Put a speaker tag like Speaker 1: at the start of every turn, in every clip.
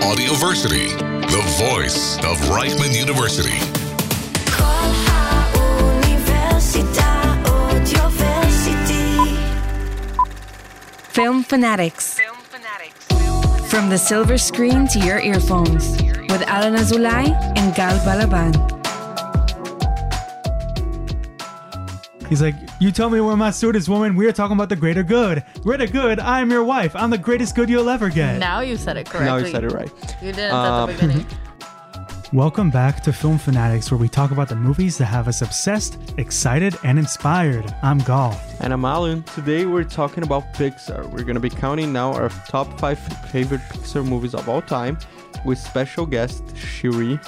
Speaker 1: Audioversity, the voice of Reichman University.
Speaker 2: Kocha Universita Audioversity.
Speaker 3: Film Fanatics. From the silver screen to your earphones with Alan Azulay and Gal Balaban.
Speaker 4: He's like, You tell me where my suit is, woman. We are talking about the greater good. Greater good, I am your wife. I'm the greatest good you'll ever get.
Speaker 5: Now you said it correctly.
Speaker 6: Now you said it right.
Speaker 5: You didn't
Speaker 6: Um,
Speaker 5: at the beginning.
Speaker 4: Welcome back to Film Fanatics, where we talk about the movies that have us obsessed, excited, and inspired. I'm Gal.
Speaker 6: And I'm Alan. Today we're talking about Pixar. We're gonna be counting now our top five favorite Pixar movies of all time, with special guest Shiri,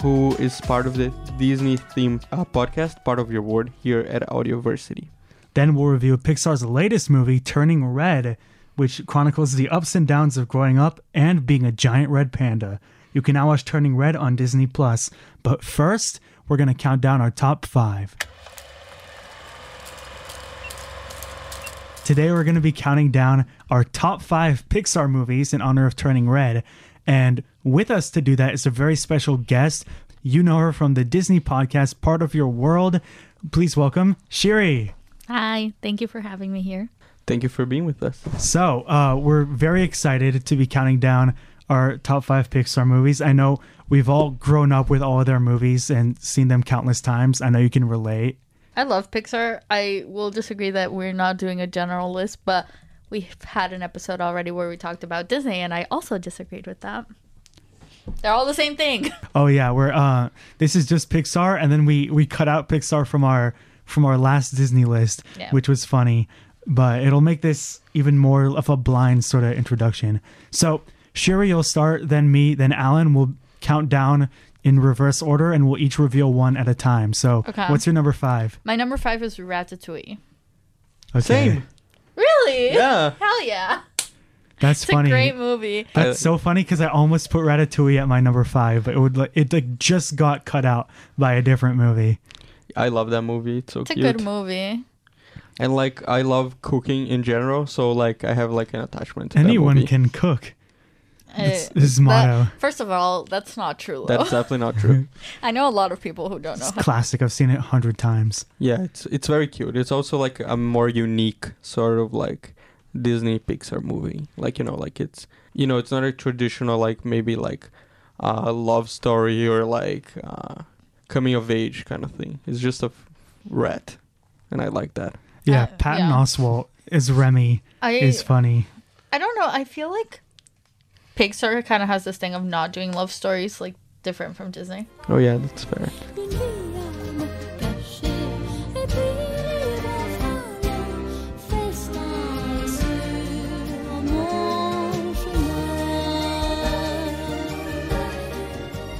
Speaker 6: who is part of the Disney themed uh, podcast, part of your word here at Audioversity.
Speaker 4: Then we'll review Pixar's latest movie, Turning Red, which chronicles the ups and downs of growing up and being a giant red panda. You can now watch Turning Red on Disney Plus. But first, we're gonna count down our top five. Today we're gonna be counting down our top five Pixar movies in honor of Turning Red. And with us to do that is a very special guest. You know her from the Disney podcast, Part of Your World. Please welcome Shiri.
Speaker 7: Hi, thank you for having me here.
Speaker 6: Thank you for being with us.
Speaker 4: So, uh, we're very excited to be counting down our top five Pixar movies. I know we've all grown up with all of their movies and seen them countless times. I know you can relate.
Speaker 5: I love Pixar. I will disagree that we're not doing a general list, but we've had an episode already where we talked about Disney, and I also disagreed with that. They're all the same thing.
Speaker 4: Oh yeah, we're uh, this is just Pixar, and then we we cut out Pixar from our from our last Disney list,
Speaker 5: Yeah.
Speaker 4: which was funny, but it'll make this even more of a blind sort of introduction. So, Sherry, you'll start, then me, then Alan. We'll count down in reverse order, and we'll each reveal one at a time. So,
Speaker 5: Okay.
Speaker 4: what's your number five?
Speaker 5: My number five is Ratatouille.
Speaker 4: Okay.
Speaker 6: Same.
Speaker 5: Really?
Speaker 6: Yeah.
Speaker 5: Hell yeah.
Speaker 4: That's
Speaker 5: It's
Speaker 4: funny.
Speaker 5: a great movie.
Speaker 4: That's so funny because I almost put Ratatouille at my number five, but it would like it like just got cut out by a different movie.
Speaker 6: I love that movie. It's so
Speaker 5: It's a
Speaker 6: cute.
Speaker 5: good movie.
Speaker 6: And like, I love cooking in general, so like, I have like an attachment. to that
Speaker 4: Anyone
Speaker 6: movie.
Speaker 4: can cook. It's
Speaker 5: Uh,
Speaker 4: his
Speaker 5: that-
Speaker 4: motto.
Speaker 5: first of all, that's not true. Though.
Speaker 6: That's definitely not true.
Speaker 5: I know a lot of people who don't know.
Speaker 4: It's
Speaker 5: How-
Speaker 4: classic. I've seen it a hundred times.
Speaker 6: Yeah, it's it's very cute. It's also like a more unique sort of like Disney Pixar movie. Like you know, like it's you know, it's not a traditional like maybe like uh, love story or like uh, coming of age kind of thing. It's just a f- rat, and I like that.
Speaker 4: Yeah,
Speaker 5: Uh,
Speaker 4: Patton
Speaker 5: yeah.
Speaker 4: Oswalt is Remy
Speaker 5: I
Speaker 4: is funny.
Speaker 5: I don't know. I feel like Pixar kind of has this thing of not doing love stories like different from Disney.
Speaker 6: Oh yeah, that's fair.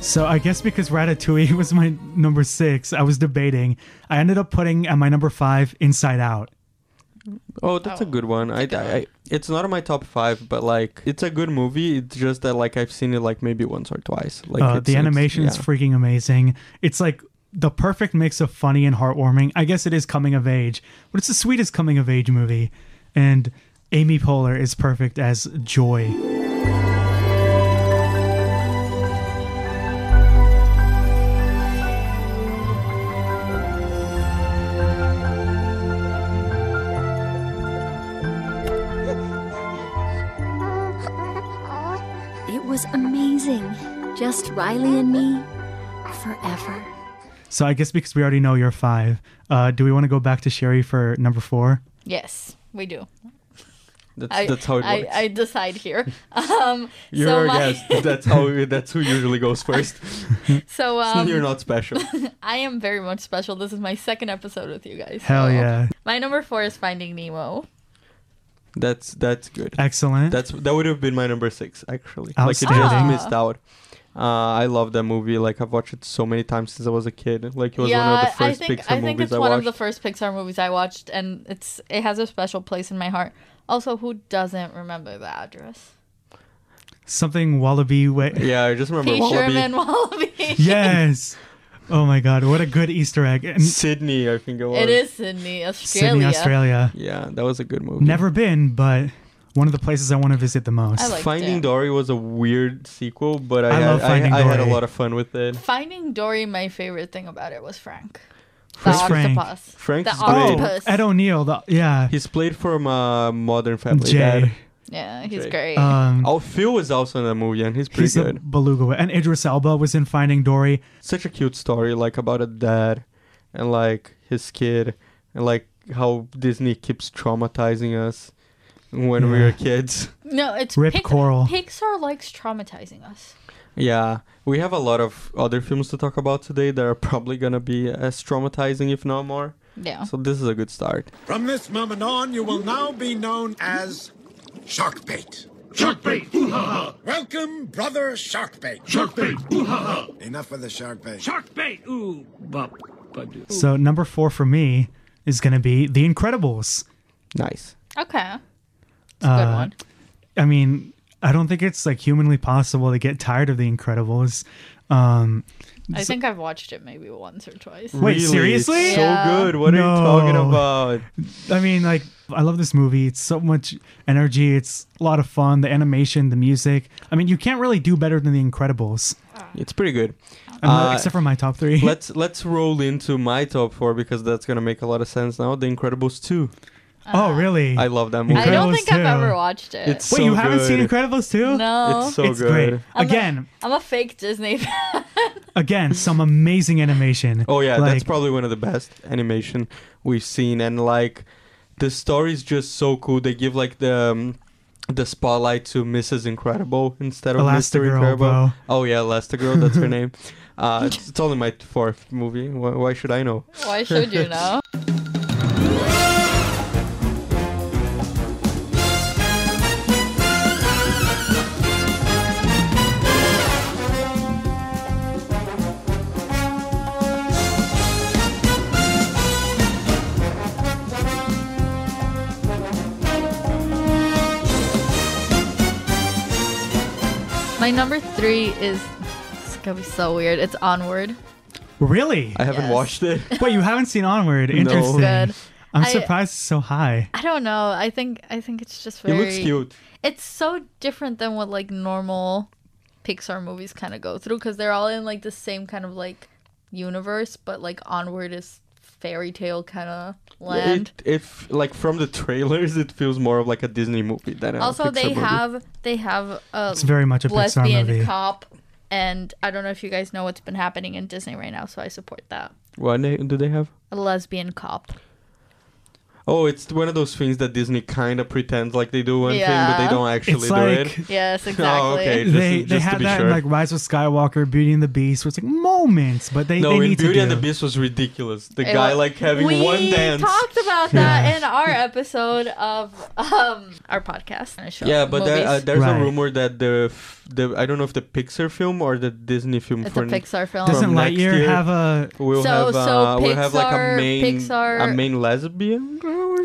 Speaker 4: So I guess because Ratatouille was my number six, I was debating. I ended up putting at my number five Inside Out.
Speaker 6: Oh, that's a good one. I, I, I it's not on my top five, but like it's a good movie. It's just that like I've seen it like maybe once or twice. Like
Speaker 4: Uh,
Speaker 6: it's-
Speaker 4: the
Speaker 6: it's-
Speaker 4: animation is
Speaker 6: yeah.
Speaker 4: freaking amazing. It's like the perfect mix of funny and heartwarming. I guess it is coming of age, but it's the sweetest coming of age movie. And Amy Poehler is perfect as Joy.
Speaker 8: It was amazing. Just Riley and me forever.
Speaker 4: So I guess because we already know you're five, uh, do we want to go back to Sherry for number four?
Speaker 5: Yes, we do.
Speaker 6: That's,
Speaker 5: I,
Speaker 6: that's how Oh, it
Speaker 5: I,
Speaker 6: works.
Speaker 5: I decide here. Um,
Speaker 6: You're
Speaker 5: so
Speaker 6: our
Speaker 5: my,
Speaker 6: guest. That's how. That's who usually goes first.
Speaker 5: So um,
Speaker 6: You're not special.
Speaker 5: I am very much special. This is my second episode with you guys.
Speaker 6: Oh.
Speaker 4: Hell
Speaker 5: so-
Speaker 4: yeah.
Speaker 5: My number four is Finding Nemo.
Speaker 6: That's that's good.
Speaker 4: Excellent.
Speaker 6: That's that would have been my number six actually. Like it just
Speaker 4: Outstanding.
Speaker 6: missed out. Uh, I love that movie. Like I've watched it so many times since I was a kid. Like it was
Speaker 5: yeah,
Speaker 6: one of the first
Speaker 5: I think
Speaker 6: Pixar
Speaker 5: I think
Speaker 6: movies
Speaker 5: it's
Speaker 6: I
Speaker 5: one
Speaker 6: watched.
Speaker 5: of the first Pixar movies I watched, and it's it has a special place in my heart. Also, who doesn't remember the address?
Speaker 4: Something Wallaby way.
Speaker 6: yeah, I just remember
Speaker 5: P.
Speaker 6: Wallaby.
Speaker 5: Sherman Wallaby.
Speaker 4: yes. Oh my God. What a good Easter egg. And
Speaker 6: Sydney, I think it was.
Speaker 5: It is Sydney, Australia.
Speaker 4: Sydney, Australia.
Speaker 6: Yeah, that was a good movie.
Speaker 4: Never been, but one of the places I want to visit the most.
Speaker 5: I like- liked
Speaker 6: Finding
Speaker 5: it.
Speaker 6: Dory was a weird sequel, but I,
Speaker 4: I
Speaker 6: had,
Speaker 4: love Finding
Speaker 6: I, I had a
Speaker 4: Dory.
Speaker 6: lot of fun with it.
Speaker 5: Finding Dory, my favorite thing about it was Frank. The
Speaker 4: Who's Frank?
Speaker 5: octopus.
Speaker 6: Frank's
Speaker 5: the
Speaker 6: great.
Speaker 5: octopus.
Speaker 4: Ed O'Neill, the, yeah,
Speaker 6: He's played from uh, Modern Family
Speaker 4: Jay.
Speaker 5: yeah, he's
Speaker 6: Jake.
Speaker 5: great.
Speaker 4: Um,
Speaker 6: Dad. Oh, Phil was also in that movie, and he's pretty
Speaker 4: he's a
Speaker 6: good.
Speaker 4: beluga, whale. and Idris Elba was in Finding Dory.
Speaker 6: Such a cute story, like about a dad and like his kid, and like how Disney keeps traumatizing us when we
Speaker 4: Yeah.
Speaker 6: were kids.
Speaker 5: no, it's
Speaker 4: Rip Coral.
Speaker 5: Pixar likes traumatizing us.
Speaker 6: Yeah, we have a lot of other films to talk about today that are probably gonna be as traumatizing, if not more.
Speaker 5: Yeah.
Speaker 6: So this is a good start.
Speaker 9: From this moment on, you will now be known as Sharkbait.
Speaker 10: Sharkbait! Ooh ha ha!
Speaker 9: Welcome, brother Sharkbait.
Speaker 10: Sharkbait! Ooh ha ha!
Speaker 9: Enough with the Sharkbait.
Speaker 10: Sharkbait! Ooh bop ba-doo.
Speaker 4: So number four for me is gonna be The Incredibles.
Speaker 6: Nice.
Speaker 5: Okay. It's a good
Speaker 4: Uh,
Speaker 5: one.
Speaker 4: I mean, I don't think it's like humanly possible to get tired of The Incredibles. Um,
Speaker 5: I think I've watched it maybe once or twice.
Speaker 4: Wait,
Speaker 6: Really?
Speaker 4: seriously?
Speaker 6: It's so
Speaker 5: Yeah.
Speaker 6: good. What are you talking
Speaker 4: No.
Speaker 6: about?
Speaker 4: I mean, like, I love this movie. It's so much energy. It's a lot of fun. The animation, the music. I mean, you can't really do better than The Incredibles,
Speaker 6: It's pretty good.
Speaker 4: I mean,
Speaker 6: Uh,
Speaker 4: except for my top three.
Speaker 6: let's let's roll into my top four because that's gonna make a lot of sense now. The Incredibles two.
Speaker 4: oh, really?
Speaker 6: I love that movie.
Speaker 5: I don't think I've
Speaker 4: Incredibles
Speaker 5: ever
Speaker 4: too.
Speaker 5: watched it.
Speaker 6: It's
Speaker 4: Wait,
Speaker 6: so
Speaker 4: you haven't seen
Speaker 6: good.
Speaker 4: Incredibles too?
Speaker 5: no.
Speaker 6: It's so
Speaker 4: it's
Speaker 6: good.
Speaker 4: great. Again,
Speaker 5: I'm a fake Disney fan.
Speaker 4: again, some amazing animation.
Speaker 6: Oh yeah, that's
Speaker 4: Like,
Speaker 6: probably one of the best animation we've seen, and like the story's just so cool. They give like the um, the spotlight to Mrs. Incredible instead of Mr.
Speaker 4: Elastigirl,
Speaker 6: Incredible.
Speaker 4: bro.
Speaker 6: Oh yeah, Elastigirl, that's her name. Uh, it's, it's only my fourth movie. Why, why should I know?
Speaker 5: Why should you know? My number three is. It's gonna be so weird. It's Onward.
Speaker 4: Really?
Speaker 6: I haven't
Speaker 5: Yes.
Speaker 6: watched it.
Speaker 4: Wait, you haven't seen Onward? Interesting.
Speaker 5: Good.
Speaker 4: I'm
Speaker 5: I-
Speaker 4: surprised it's so high.
Speaker 5: I don't know. I think I think it's just
Speaker 6: It
Speaker 5: very.
Speaker 6: looks cute.
Speaker 5: It's so different than what like normal Pixar movies kind of go through because they're all in like the same kind of like universe, but like Onward is fairy tale kind of land.
Speaker 6: It, if like from the trailers, it feels more of like a Disney movie than a
Speaker 5: also,
Speaker 6: Pixar
Speaker 5: they
Speaker 6: movie.
Speaker 5: have they have a
Speaker 4: It's very much a Pixar
Speaker 5: lesbian
Speaker 4: movie.
Speaker 5: cop, and I don't know if you guys know what's been happening in Disney right now, so I support that.
Speaker 6: What na- do they have?
Speaker 5: A lesbian cop.
Speaker 6: Oh, it's one of those things that Disney kind of pretends like they do one thing, but
Speaker 5: Yeah.
Speaker 6: they don't actually
Speaker 4: it's
Speaker 6: do
Speaker 4: like
Speaker 6: it.
Speaker 5: Yes, exactly.
Speaker 6: okay. Just-
Speaker 4: they they
Speaker 6: just to
Speaker 4: had
Speaker 6: be
Speaker 4: that in
Speaker 6: sure.
Speaker 4: like Rise of Skywalker, Beauty and the Beast, where it's like moments, but they,
Speaker 6: No,
Speaker 4: they
Speaker 6: in
Speaker 4: need
Speaker 6: Beauty
Speaker 4: to
Speaker 6: and
Speaker 4: do.
Speaker 6: the Beast was ridiculous. The
Speaker 5: It
Speaker 6: guy
Speaker 5: wa-
Speaker 6: like having
Speaker 5: we
Speaker 6: one dance.
Speaker 5: talked about that in our episode of um our podcast. and show
Speaker 6: yeah, but there, uh,
Speaker 5: movies.
Speaker 6: there's
Speaker 4: Right.
Speaker 6: a rumor that the f- the I don't know if the Pixar film or the Disney film
Speaker 5: it's a
Speaker 6: for
Speaker 5: Pixar film.
Speaker 6: Doesn't-
Speaker 4: Doesn't
Speaker 6: from next
Speaker 4: Lightyear
Speaker 6: year-
Speaker 4: have a?
Speaker 6: we'll
Speaker 5: So-
Speaker 6: have
Speaker 5: so
Speaker 6: uh, we'll have like a
Speaker 5: Pixar-
Speaker 6: main
Speaker 5: Pixar-
Speaker 6: a main lesbian girl or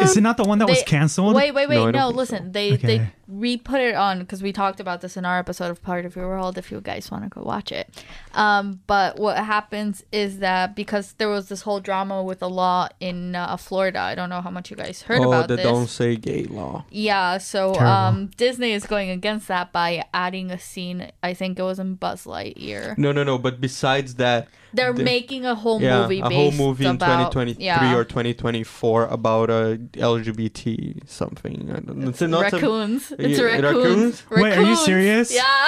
Speaker 5: Um,
Speaker 4: Is it not the one that was
Speaker 5: they-
Speaker 4: canceled?
Speaker 5: Wait, wait, wait!
Speaker 6: No, I
Speaker 5: No,
Speaker 6: don't think so.
Speaker 5: listen. They
Speaker 4: Okay.
Speaker 5: they re put it on because we talked about this in our episode of Part of Your World. If you guys want to go watch it, um, but what happens is that because there was this whole drama with a law in uh, Florida. I don't know how much you guys heard
Speaker 6: oh,
Speaker 5: about
Speaker 6: the
Speaker 5: this.
Speaker 6: don't say gay law.
Speaker 5: Yeah, so
Speaker 4: Terrible.
Speaker 5: um, Disney is going against that by adding a scene. I think it was in Buzz Lightyear.
Speaker 6: No, no, no. But besides that,
Speaker 5: They're
Speaker 6: the-
Speaker 5: making a whole
Speaker 6: yeah,
Speaker 5: movie
Speaker 6: a
Speaker 5: based
Speaker 6: whole movie in
Speaker 5: about,
Speaker 6: 2023
Speaker 5: yeah,
Speaker 6: or 2024 about uh, LGBT something. I don't, it's not some-
Speaker 5: raccoons. it's
Speaker 6: Yeah,
Speaker 5: raccoons.
Speaker 6: raccoons?
Speaker 4: Wait, are you
Speaker 5: Raccoons.
Speaker 4: serious?
Speaker 5: Yeah.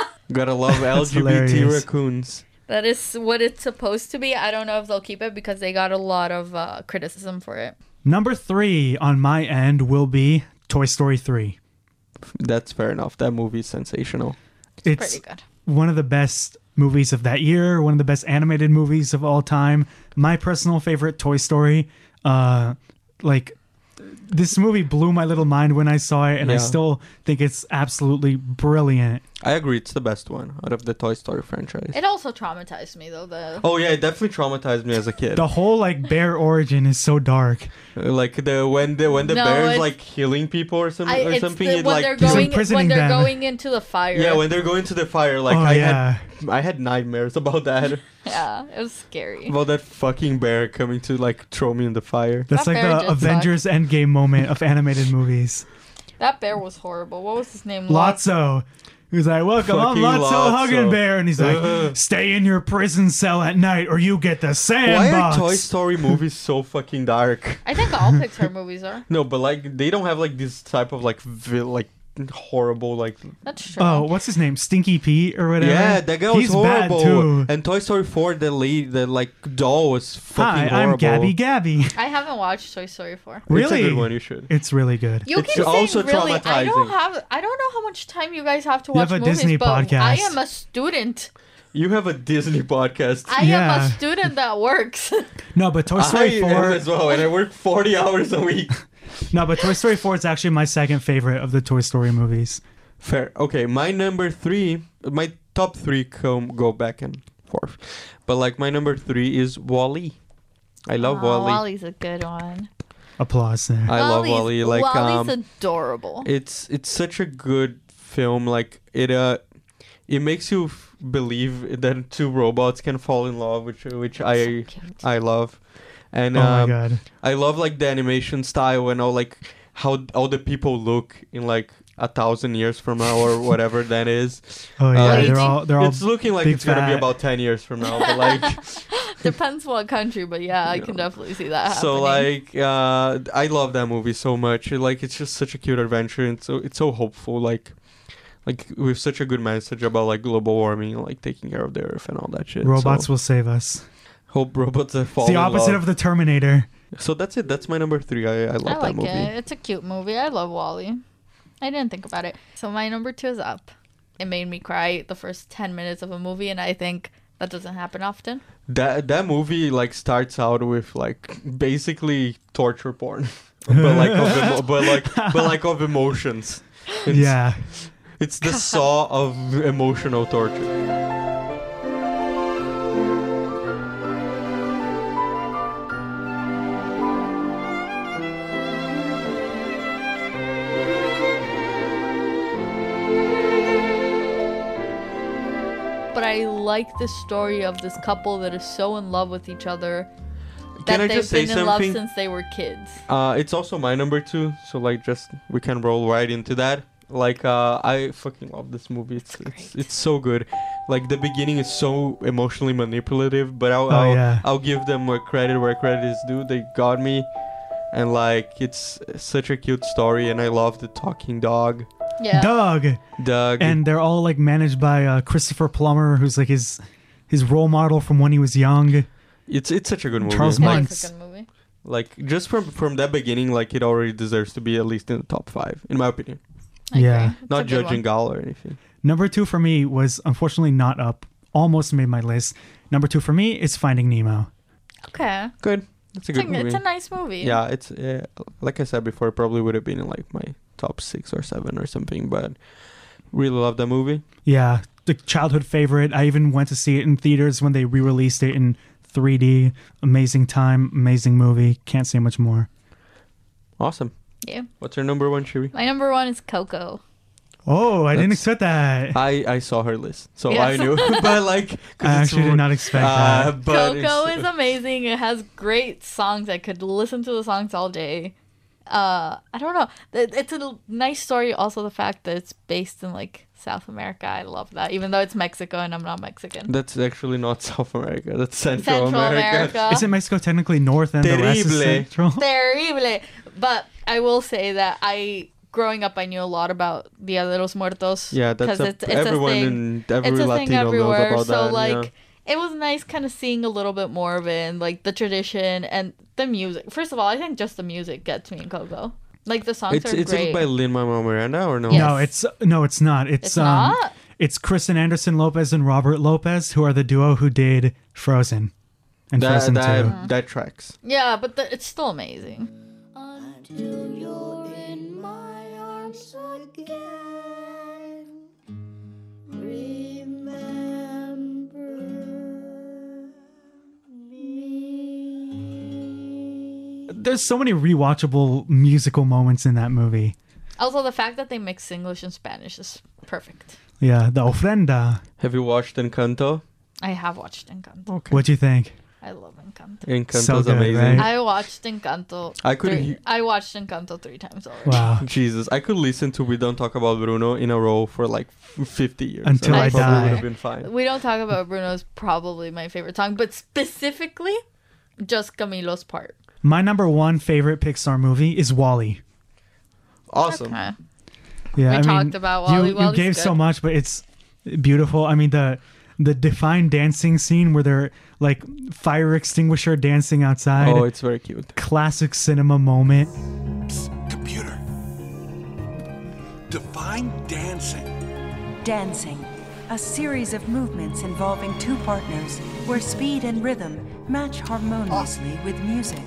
Speaker 6: Gotta love LGBT
Speaker 4: hilarious.
Speaker 6: raccoons.
Speaker 5: That is what it's supposed to be. I don't know if they'll keep it because they got a lot of uh, criticism for it.
Speaker 4: Number three on my end will be Toy Story three.
Speaker 6: That's fair enough. That movie is sensational.
Speaker 4: It's
Speaker 5: Pretty good.
Speaker 4: one of the best movies of that year, one of the best animated movies of all time. My personal favorite, Toy Story. Uh, like this movie blew my little mind when I saw it, and I
Speaker 6: Yeah.
Speaker 4: still think it's absolutely brilliant.
Speaker 6: I agree. It's the best one out of the Toy Story franchise.
Speaker 5: It also traumatized me though. The
Speaker 6: oh yeah, it definitely traumatized me as a kid.
Speaker 4: The whole like bear origin is so dark.
Speaker 6: Like the when the when the
Speaker 5: No,
Speaker 6: bear is
Speaker 5: it's-
Speaker 6: like killing people Oh, or some
Speaker 5: I,
Speaker 6: or
Speaker 5: it's
Speaker 6: something.
Speaker 5: the,
Speaker 6: it
Speaker 5: when
Speaker 6: like
Speaker 5: they're
Speaker 4: He's
Speaker 5: going
Speaker 4: imprisoning
Speaker 5: when they're
Speaker 4: them.
Speaker 5: going into the fire.
Speaker 6: yeah, when they're going to the fire. Like
Speaker 4: Oh,
Speaker 6: I
Speaker 4: yeah.
Speaker 6: had I had nightmares about that
Speaker 5: yeah, it was scary.
Speaker 6: about that fucking bear coming to like throw me in the fire.
Speaker 4: That's
Speaker 5: That
Speaker 4: like
Speaker 5: bear
Speaker 4: the
Speaker 5: just
Speaker 4: Avengers Endgame moment of animated movies.
Speaker 5: That bear was horrible. What was his name?
Speaker 4: Lotso. He was like, Welcome, I'm
Speaker 6: Fucking
Speaker 4: Lotso,
Speaker 6: Lotso.
Speaker 4: Hugging Bear. And he's like, Stay in your prison cell at night or you get the
Speaker 6: Why
Speaker 4: sandbox.
Speaker 6: are Toy Story movies so fucking dark?
Speaker 5: I think all Pixar movies are.
Speaker 6: No, but like they don't have like this type of like vil- like horrible like
Speaker 5: That's true.
Speaker 4: oh, what's his name? Stinky Pete or whatever?
Speaker 6: yeah that guy was
Speaker 4: he's
Speaker 6: horrible
Speaker 4: Bad too.
Speaker 6: and Toy Story 4 the lead the like doll was
Speaker 4: Hi,
Speaker 6: fucking horrible
Speaker 4: I'm Gabby Gabby.
Speaker 5: I haven't watched Toy Story 4.
Speaker 4: Really?
Speaker 6: it's a good one you should
Speaker 4: It's really good.
Speaker 5: You
Speaker 6: It's
Speaker 5: keep saying
Speaker 6: also
Speaker 5: really. I don't
Speaker 6: traumatizing.
Speaker 5: have. I don't know how much time you guys have to
Speaker 4: You
Speaker 5: watch
Speaker 4: have a
Speaker 5: movies,
Speaker 4: Disney
Speaker 5: but I
Speaker 4: podcast.
Speaker 5: am a student.
Speaker 6: you have a Disney podcast
Speaker 5: I am
Speaker 4: Yeah.
Speaker 5: a student that works.
Speaker 4: No, but Toy Story
Speaker 6: I am
Speaker 4: 4
Speaker 6: as well and I work 40 hours a week
Speaker 4: No, but Toy Story 4 is actually my second favorite of the Toy Story movies.
Speaker 6: Fair. Okay, my number three, my top three come go back and forth, but like my number three is Wally. I love
Speaker 5: Ah,
Speaker 6: Wally.
Speaker 5: Wally's a good one.
Speaker 4: Applause there.
Speaker 6: I love Wally.
Speaker 5: Wally's-
Speaker 6: Like
Speaker 5: Wally's
Speaker 6: um,
Speaker 5: adorable.
Speaker 6: it's it's such a good film. Like it uh, it makes you f- believe that two robots can fall in love, which which I I love, and
Speaker 4: oh my
Speaker 6: um,
Speaker 4: god.
Speaker 6: I love like the animation style and all like how all the people look in like a thousand years from now or whatever that is.
Speaker 4: Oh yeah,
Speaker 6: uh,
Speaker 4: they're all they're all
Speaker 6: it's looking like
Speaker 4: big
Speaker 6: it's gonna be
Speaker 4: fat-
Speaker 6: about 10 years from now but like
Speaker 5: Depends what country, but yeah, I can definitely see that.
Speaker 6: so
Speaker 5: happening.
Speaker 6: like uh i love that movie so much like it's just such a cute adventure and so it's so hopeful like like with such a good message about like global warming and like taking care of the earth and all that shit
Speaker 4: robots
Speaker 6: so,
Speaker 4: will save us.
Speaker 6: hope robots are
Speaker 4: It's
Speaker 6: falling
Speaker 4: the opposite of the Terminator.
Speaker 6: so that's it that's my number three i, I love
Speaker 5: I
Speaker 6: that
Speaker 5: like
Speaker 6: movie
Speaker 5: it. It's a cute movie. I love Wally. I didn't think about it. So my number two is up. It made me cry the first ten minutes of a movie, and I think that doesn't happen often.
Speaker 6: that that movie like starts out with like basically torture porn but like of emo- but like but like of emotions It's-
Speaker 4: Yeah.
Speaker 6: It's the saw of emotional torture.
Speaker 5: But I like the story of this couple that is so in love with each other that
Speaker 6: Can I
Speaker 5: they've
Speaker 6: just say
Speaker 5: been in love
Speaker 6: something?
Speaker 5: since they were kids.
Speaker 6: Uh, it's also my number two, so like just we can roll right into that. Like uh, I fucking love this movie. It's it's, it's so good. Like the beginning is so emotionally manipulative, but I'll
Speaker 4: Oh,
Speaker 6: I'll,
Speaker 4: yeah.
Speaker 6: I'll give them where credit where credit is due. They got me, and like it's such a cute story, and I love the talking dog,
Speaker 5: Yeah.
Speaker 4: Doug.
Speaker 6: Doug.
Speaker 4: And they're all like managed by uh, Christopher Plummer, who's like his his role model from when he was young.
Speaker 6: it's it's such a good movie.
Speaker 4: Charles
Speaker 5: It is
Speaker 4: Manson.
Speaker 5: a
Speaker 4: Months.
Speaker 5: good movie.
Speaker 6: Like just from from that beginning, like it already deserves to be at least in the top five, in my opinion.
Speaker 5: I
Speaker 4: Yeah.
Speaker 5: agree. It's a
Speaker 6: Not
Speaker 5: good
Speaker 6: judging
Speaker 5: one.
Speaker 6: Gal or anything.
Speaker 4: Number two for me was unfortunately not up. Almost made my list. Number two for me is Finding Nemo.
Speaker 5: Okay.
Speaker 6: Good. It's a
Speaker 5: It's
Speaker 6: good
Speaker 5: a,
Speaker 6: movie.
Speaker 5: it's a nice movie.
Speaker 6: yeah, it's uh, like I said before, it probably would have been in like my top six or seven or something, but really love that movie.
Speaker 4: Yeah, the childhood favorite. I even went to see it in theaters when they re-released it in 3D. Amazing time, amazing movie. Can't say much more.
Speaker 6: Awesome.
Speaker 5: Yeah.
Speaker 6: What's your number one, Shiri?
Speaker 5: My number one is Coco.
Speaker 4: Oh, I didn't
Speaker 6: That's- Ah.
Speaker 4: expect that.
Speaker 6: I I saw her list, so
Speaker 5: Yeah.
Speaker 6: I knew. but like, 'cause
Speaker 4: I
Speaker 6: it's
Speaker 4: actually did
Speaker 6: ru-
Speaker 4: not expect
Speaker 6: Uh,
Speaker 4: that.
Speaker 6: but
Speaker 5: Coco
Speaker 6: it's-
Speaker 5: is amazing. It has great songs. I could listen to the songs all day. Uh, I don't know. It- It's a l- nice story. Also, the fact that it's based in like South America. I love that. Even though it's Mexico and I'm not Mexican.
Speaker 6: That's actually not South America. That's Central,
Speaker 5: Central
Speaker 6: America.
Speaker 5: America.
Speaker 4: Isn't Mexico technically north and the rest is
Speaker 6: Terrible.
Speaker 4: central?
Speaker 5: Terrible. But I will say that I, growing up, I knew a lot about Dia de los Muertos.
Speaker 6: Yeah, that's
Speaker 5: 'cause
Speaker 6: a, everyone
Speaker 5: thing.
Speaker 6: in every
Speaker 5: it's a
Speaker 6: Latino
Speaker 5: thing everywhere.
Speaker 6: knows about
Speaker 5: so
Speaker 6: that.
Speaker 5: like
Speaker 6: yeah.
Speaker 5: it was nice kind of seeing a little bit more of it and like the tradition and the music. First of all, I think just the music gets me in Coco. Like the songs
Speaker 6: It's
Speaker 5: are
Speaker 6: it's
Speaker 5: great.
Speaker 6: by Lin Manuel Miranda or no?
Speaker 5: Yes.
Speaker 4: No, it's no, it's not. It's,
Speaker 5: It's
Speaker 4: um,
Speaker 5: not?
Speaker 4: it's Kristen Anderson Lopez and Robert Lopez, who are the duo who did Frozen and
Speaker 6: That,
Speaker 4: Frozen Two.
Speaker 5: Uh-huh.
Speaker 6: that, that tracks.
Speaker 5: yeah, but the, it's still amazing.
Speaker 2: Until you're in my arms again. Remember me.
Speaker 4: There's so many rewatchable musical moments in that movie.
Speaker 5: Also, the fact that they mix English and Spanish is perfect.
Speaker 4: Yeah, the ofrenda.
Speaker 6: Have you watched Encanto?
Speaker 5: I have watched Encanto.
Speaker 4: What'd you think?
Speaker 5: I love Encanto.
Speaker 6: Encanto's
Speaker 4: So good,
Speaker 6: amazing.
Speaker 4: right?
Speaker 5: I watched Encanto.
Speaker 6: I could
Speaker 5: three-
Speaker 6: he-
Speaker 5: I watched Encanto three times already.
Speaker 4: Wow.
Speaker 6: Jesus, I could listen to "We Don't Talk About Bruno" in a row for like f- 50 years.
Speaker 4: Until
Speaker 6: and
Speaker 5: I
Speaker 6: probably
Speaker 5: die.
Speaker 6: would have been fine.
Speaker 5: We don't talk about Bruno's probably my favorite song, but specifically just Camilo's part.
Speaker 4: My number one favorite Pixar movie is Wally.
Speaker 6: Awesome.
Speaker 5: Okay.
Speaker 4: Yeah,
Speaker 5: We
Speaker 4: I mean,
Speaker 5: talked about Wall-E.
Speaker 4: You, you
Speaker 5: Wall-E's
Speaker 4: gave so
Speaker 5: good.
Speaker 4: much, but it's beautiful. I mean the the defined dancing scene where they're like fire extinguisher dancing outside.
Speaker 6: Oh, it's very cute.
Speaker 4: classic cinema moment.
Speaker 1: Computer. Define dancing.
Speaker 11: Dancing, a series of movements involving two partners where speed and rhythm match harmoniously with music.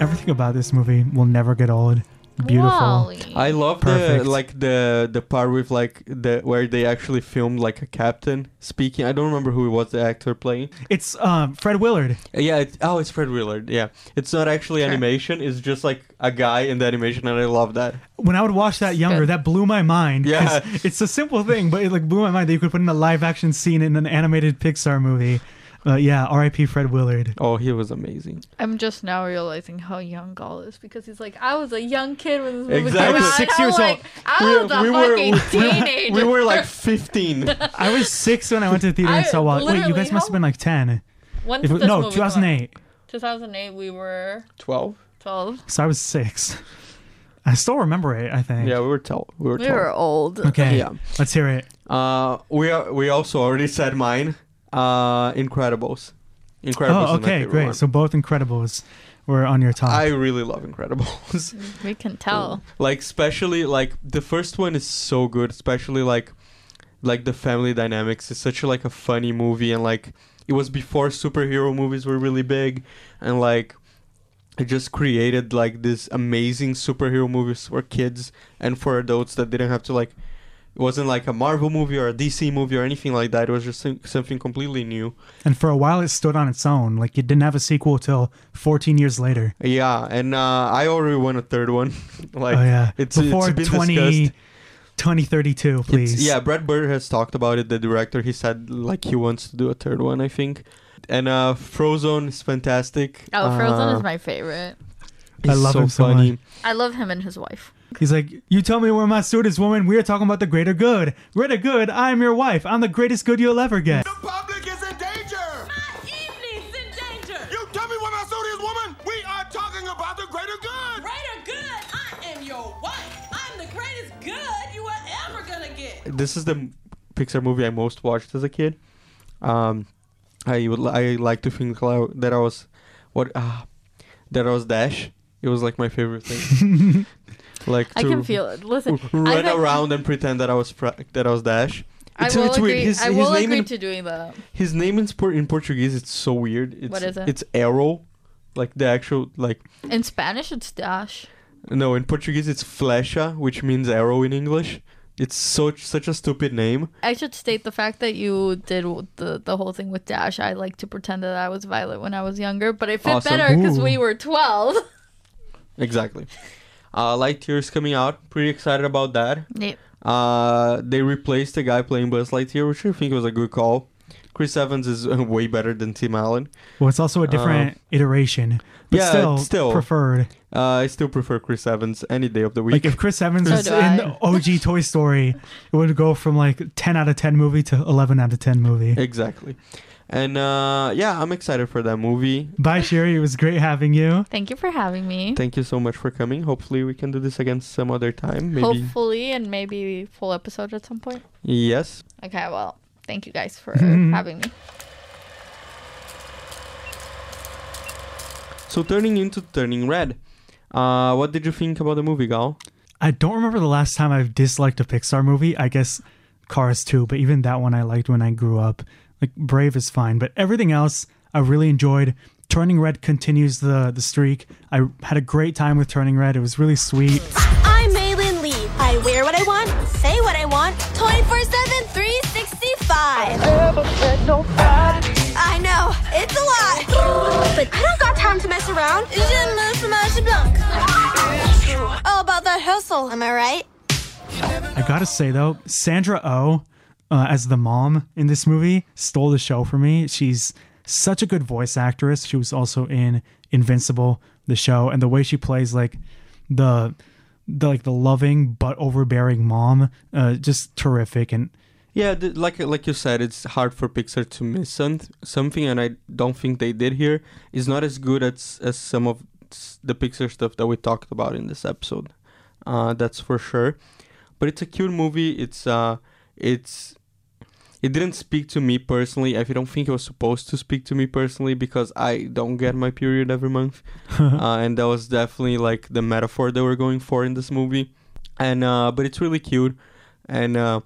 Speaker 4: Everything about this movie will never get old. Beautiful.
Speaker 5: Wally.
Speaker 6: I love
Speaker 4: Perfect.
Speaker 6: the like the the part with like the where they actually filmed like a captain speaking. I don't remember who it was the actor playing.
Speaker 4: It's um, Fred Willard.
Speaker 6: Uh, Yeah, it's, oh, it's Fred Willard. Yeah, it's not actually animation. It's just like a guy in the animation, and I love that.
Speaker 4: When I would watch that younger, that blew my mind. 'cause it's a simple thing, but it like blew my mind that you could put in a live action scene in an animated Pixar movie. Uh, yeah, R.I.P. Fred Willard.
Speaker 6: Oh, he was amazing.
Speaker 5: I'm just now realizing how young Gaul is because he's like, I was a young kid when this movie
Speaker 6: Exactly.
Speaker 5: came
Speaker 6: I was
Speaker 5: out.
Speaker 4: six
Speaker 5: and
Speaker 4: years
Speaker 5: I'm like,
Speaker 4: old.
Speaker 5: I was a fucking teenager.
Speaker 6: we were like 15.
Speaker 4: I was six when I went to the theater and
Speaker 5: I
Speaker 4: saw Wall. Wait, you
Speaker 5: literally-
Speaker 4: guys must have
Speaker 5: how-
Speaker 4: been like ten.
Speaker 5: When
Speaker 4: If
Speaker 5: did
Speaker 4: it,
Speaker 5: this
Speaker 4: no,
Speaker 5: movie come out?
Speaker 4: 2008.
Speaker 5: 2008, we were
Speaker 6: 12.
Speaker 5: 12.
Speaker 4: So I was six. I still remember it. I think.
Speaker 6: Yeah, we were 12. We were 12.
Speaker 5: We were old.
Speaker 4: Okay.
Speaker 6: Yeah.
Speaker 4: Let's hear it.
Speaker 6: Uh, we are, we also already said mine. Uh, Incredibles. Incredibles.
Speaker 4: Oh,
Speaker 6: is my
Speaker 4: okay,
Speaker 6: favorite
Speaker 4: great.
Speaker 6: one.
Speaker 4: So both Incredibles were on your top.
Speaker 6: I really love Incredibles.
Speaker 5: We can tell.
Speaker 6: like especially like the first one is so good especially like like the family dynamics is such like a funny movie and like it was before superhero movies were really big and like it just created like this amazing superhero movies for kids and for adults that didn't have to like it wasn't like a marvel movie or a dc movie or anything like that it was just some- something completely new
Speaker 4: And for a while, it stood on its own. Like it didn't have a sequel till 14 years later.
Speaker 6: yeah and uh, i already won a third one like
Speaker 4: oh yeah,
Speaker 6: it's
Speaker 4: before
Speaker 6: it's been
Speaker 4: 20,
Speaker 6: discussed.
Speaker 4: 2032,
Speaker 6: It's-
Speaker 4: please.
Speaker 6: yeah, Brad Bird has talked about it. The director, he said like he wants to do a third one, I think. And uh, Frozone is fantastic.
Speaker 5: Oh, Frozen
Speaker 6: Uh,
Speaker 5: is my favorite.
Speaker 4: I
Speaker 6: it's
Speaker 4: love him so much.
Speaker 5: I love him and his wife.
Speaker 4: He's like, you tell me where my suit is, woman. We are talking about the greater good. Greater good. I am your wife. I'm the greatest good you'll ever get.
Speaker 9: The public is in danger!
Speaker 2: Evening's in danger.
Speaker 9: You tell me what my suit is, woman! We are talking about the greater good!
Speaker 2: Greater good, I am your wife. I'm the greatest good you are ever gonna get.
Speaker 6: This is the m- Pixar movie I most watched as a kid. Um, I would li- I like to think li- that I was what uh, that I was Dash. It was like my favorite thing. like
Speaker 5: I
Speaker 6: to
Speaker 5: can feel it. Listen,
Speaker 6: r-
Speaker 5: I
Speaker 6: run
Speaker 5: think-
Speaker 6: around and pretend that I was fra- that I was Dash.
Speaker 5: I
Speaker 6: It's-
Speaker 5: will
Speaker 6: it's
Speaker 5: agree.
Speaker 6: weird. His-
Speaker 5: I
Speaker 6: his
Speaker 5: will
Speaker 6: name
Speaker 5: agree
Speaker 6: in-
Speaker 5: to doing that.
Speaker 6: His name in sport in Portuguese it's so weird. It's,
Speaker 5: What is it?
Speaker 6: It's arrow, like the actual like
Speaker 5: In Spanish, it's dash.
Speaker 6: no in Portuguese it's flecha, which means arrow in English. It's such such a stupid name.
Speaker 5: I should state the fact that you did w- the the whole thing with Dash. I like to pretend that I was Violet when I was younger, but it fit
Speaker 6: Awesome.
Speaker 5: better because we
Speaker 4: Ooh.
Speaker 5: were twelve.
Speaker 6: Exactly. Uh, Lightyear is coming out. Pretty excited about that.
Speaker 5: Yep.
Speaker 6: Uh, they replaced the guy playing Buzz Lightyear, which I think was a good call. Chris Evans is uh, way better than Tim Allen.
Speaker 4: Well, it's also a different iteration, but
Speaker 6: Uh, yeah,
Speaker 4: still,
Speaker 6: still.
Speaker 4: preferred.
Speaker 6: Uh, I still prefer Chris Evans any day of the week.
Speaker 4: Like if Chris Evans
Speaker 5: So
Speaker 4: was
Speaker 5: do
Speaker 4: in
Speaker 5: I.
Speaker 4: OG Toy Story, it would go from like 10 out of 10 movie to 11 out of 10 movie.
Speaker 6: exactly. And uh, yeah, I'm excited for that movie.
Speaker 4: Bye, Sherry. It was great having you.
Speaker 5: Thank you for having me.
Speaker 6: Thank you so much for coming. Hopefully, we can do this again some other time. Maybe.
Speaker 5: Hopefully, and maybe full episode at some point.
Speaker 6: Yes.
Speaker 5: Okay, well, thank you guys for having me.
Speaker 6: So turning into turning red. Uh, what did you think about the movie, Gal?
Speaker 4: I don't remember the last time I've disliked a Pixar movie. I guess Cars 2, but even that one I liked when I grew up. Like Brave is fine, but everything else I really enjoyed. Turning Red continues the the streak. I had a great time with Turning Red. It was really sweet.
Speaker 2: I'm Maylin Lee. I wear what I want, say what I want, 24 7, 365. I know, it's a lot. But I don't got time to mess around. Je me fromage blanc. All about that hustle, am I right?
Speaker 4: I gotta say though, Sandra O, uh, as the mom in this movie stole the show for me. She's such a good voice actress. She was also in Invincible, the show, and the way she plays like the the like the loving but overbearing mom, uh, just terrific. And
Speaker 6: Yeah, th- like like you said, it's hard for Pixar to miss some, something, and I don't think they did here. It's not as good as as some of s- the Pixar stuff that we talked about in this episode. Uh, that's for sure. But it's a cute movie. It's uh, it's it didn't speak to me personally. I don't think it was supposed to speak to me personally because I don't get my period every month, uh, and that was definitely like the metaphor they were going for in this movie. And uh, but it's really cute, and uh,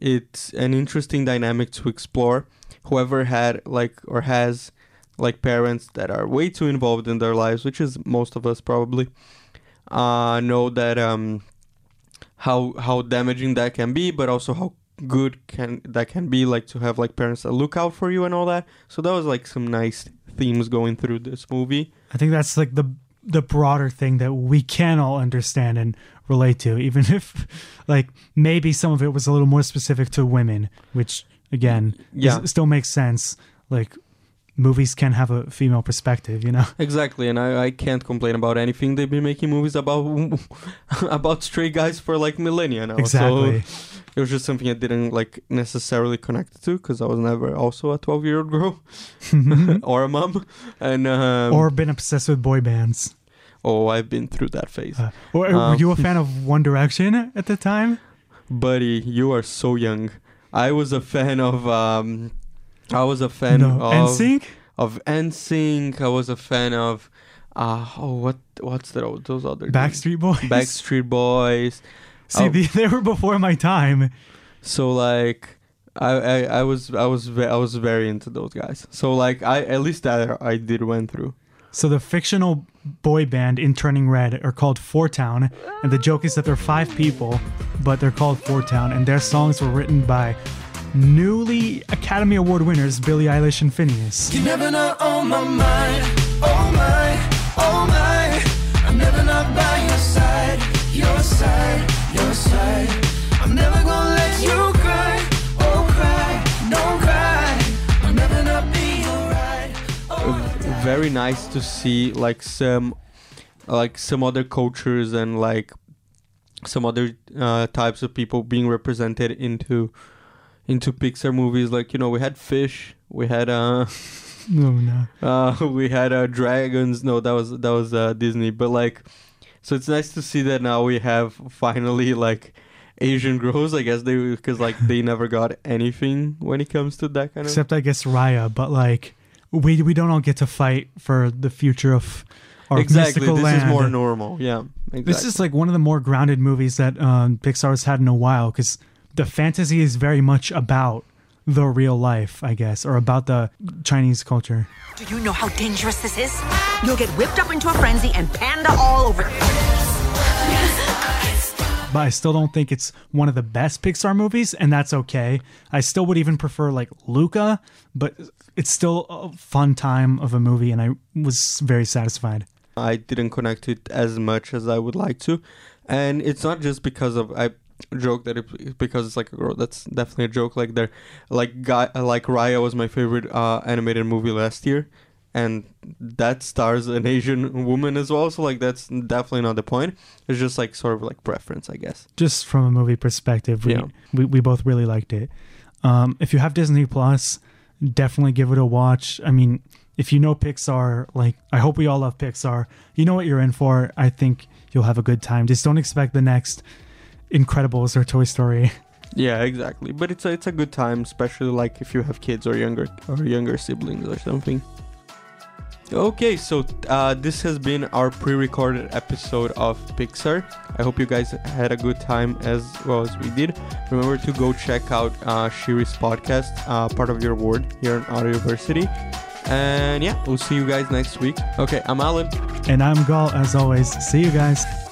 Speaker 6: it's an interesting dynamic to explore. Whoever had like or has like parents that are way too involved in their lives, which is most of us probably, uh, know that um, how how damaging that can be, but also how good can that can be like to have like parents that look out for you and all that. So that was like some nice themes going through this movie.
Speaker 4: I think that's like the the broader thing that we can all understand and relate to, even if like maybe some of it was a little more specific to women, which again,
Speaker 6: Yeah.
Speaker 4: is- still makes sense. Like movies can have a female perspective, you know.
Speaker 6: Exactly, and I, I can't complain about anything. They've been making movies about about straight guys for like millennia now.
Speaker 4: Exactly.
Speaker 6: So it was just something I didn't like necessarily connect to because I was never also a twelve year old girl or a mom. And um,
Speaker 4: or been obsessed with boy bands. Uh,
Speaker 6: oh, I've been through that phase.
Speaker 4: Or were
Speaker 6: Um,
Speaker 4: you a fan of One Direction at the time?
Speaker 6: buddy? You are so young. I was a fan of um, I was a fan
Speaker 4: No,
Speaker 6: of
Speaker 4: NSYNC?
Speaker 6: of NSYNC. I was a fan of uh, oh what what's that? Those other
Speaker 4: Backstreet Boys?
Speaker 6: Backstreet Boys.
Speaker 4: See,
Speaker 6: Oh.
Speaker 4: they, they were before my time.
Speaker 6: So like I, I I was I was ve- I was very into those guys. So like I at least that I did went through.
Speaker 4: So the fictional boy band in Turning Red are called Four Town, and the joke is that they're five people, but they're called Four Town, and their songs were written by newly Academy Award winners Billie Eilish and Phineas.
Speaker 12: You never not on my mind, oh my, oh my. I'm never not by your side, your side, your side. I'm never gonna let you cry, oh cry, don't cry. I'll never not be alright.
Speaker 6: Very nice to see like some like some other cultures and like some other uh, types of people being represented into into Pixar movies. Like you know we had fish, we had uh
Speaker 4: No, no.
Speaker 6: Uh, we had uh, dragons. No, that was that was uh, Disney. But like, so it's nice to see that now we have finally like Asian girls. I guess they because like they never got anything when it comes to that kind of.
Speaker 4: Except I guess Raya, but like we we don't all get to fight for the future of our
Speaker 6: exactly,
Speaker 4: mystical
Speaker 6: this
Speaker 4: land.
Speaker 6: is more normal. Yeah, exactly.
Speaker 4: This is like one of the more grounded movies that um, Pixar's had in a while because the fantasy is very much about the real life, I guess, or about the Chinese culture.
Speaker 13: Do you know how dangerous this is? You'll get whipped up into a frenzy and panda all over.
Speaker 4: But I still don't think it's one of the best Pixar movies, and that's okay. I still would even prefer like Luca, but it's still a fun time of a movie, and I was very satisfied.
Speaker 6: I didn't connect to it as much as I would like to, and it's not just because of I joke that it because it's like a girl. That's definitely a joke. Like there, like guy, like Raya was my favorite uh, animated movie last year, and that stars an Asian woman as well. So like that's definitely not the point. It's just like sort of like preference, I guess.
Speaker 4: just from a movie perspective, we,
Speaker 6: Yeah.
Speaker 4: we, we both really liked it. Um, if you have Disney Plus, definitely give it a watch. I mean, if you know Pixar, like I hope we all love Pixar, you know what you're in for. I think you'll have a good time. Just don't expect the next Incredibles or Toy Story.
Speaker 6: Yeah, exactly. But it's a, it's a good time, especially like if you have kids or younger or younger siblings or something. Okay, so uh, this has been our pre-recorded episode of Pixar. I hope you guys had a good time as well as we did. Remember to go check out uh, Shiri's podcast, uh, part of your word here on Audioversity. And yeah, we'll see you guys next week. Okay, I'm Alan.
Speaker 4: And I'm Gal, as always. See you guys.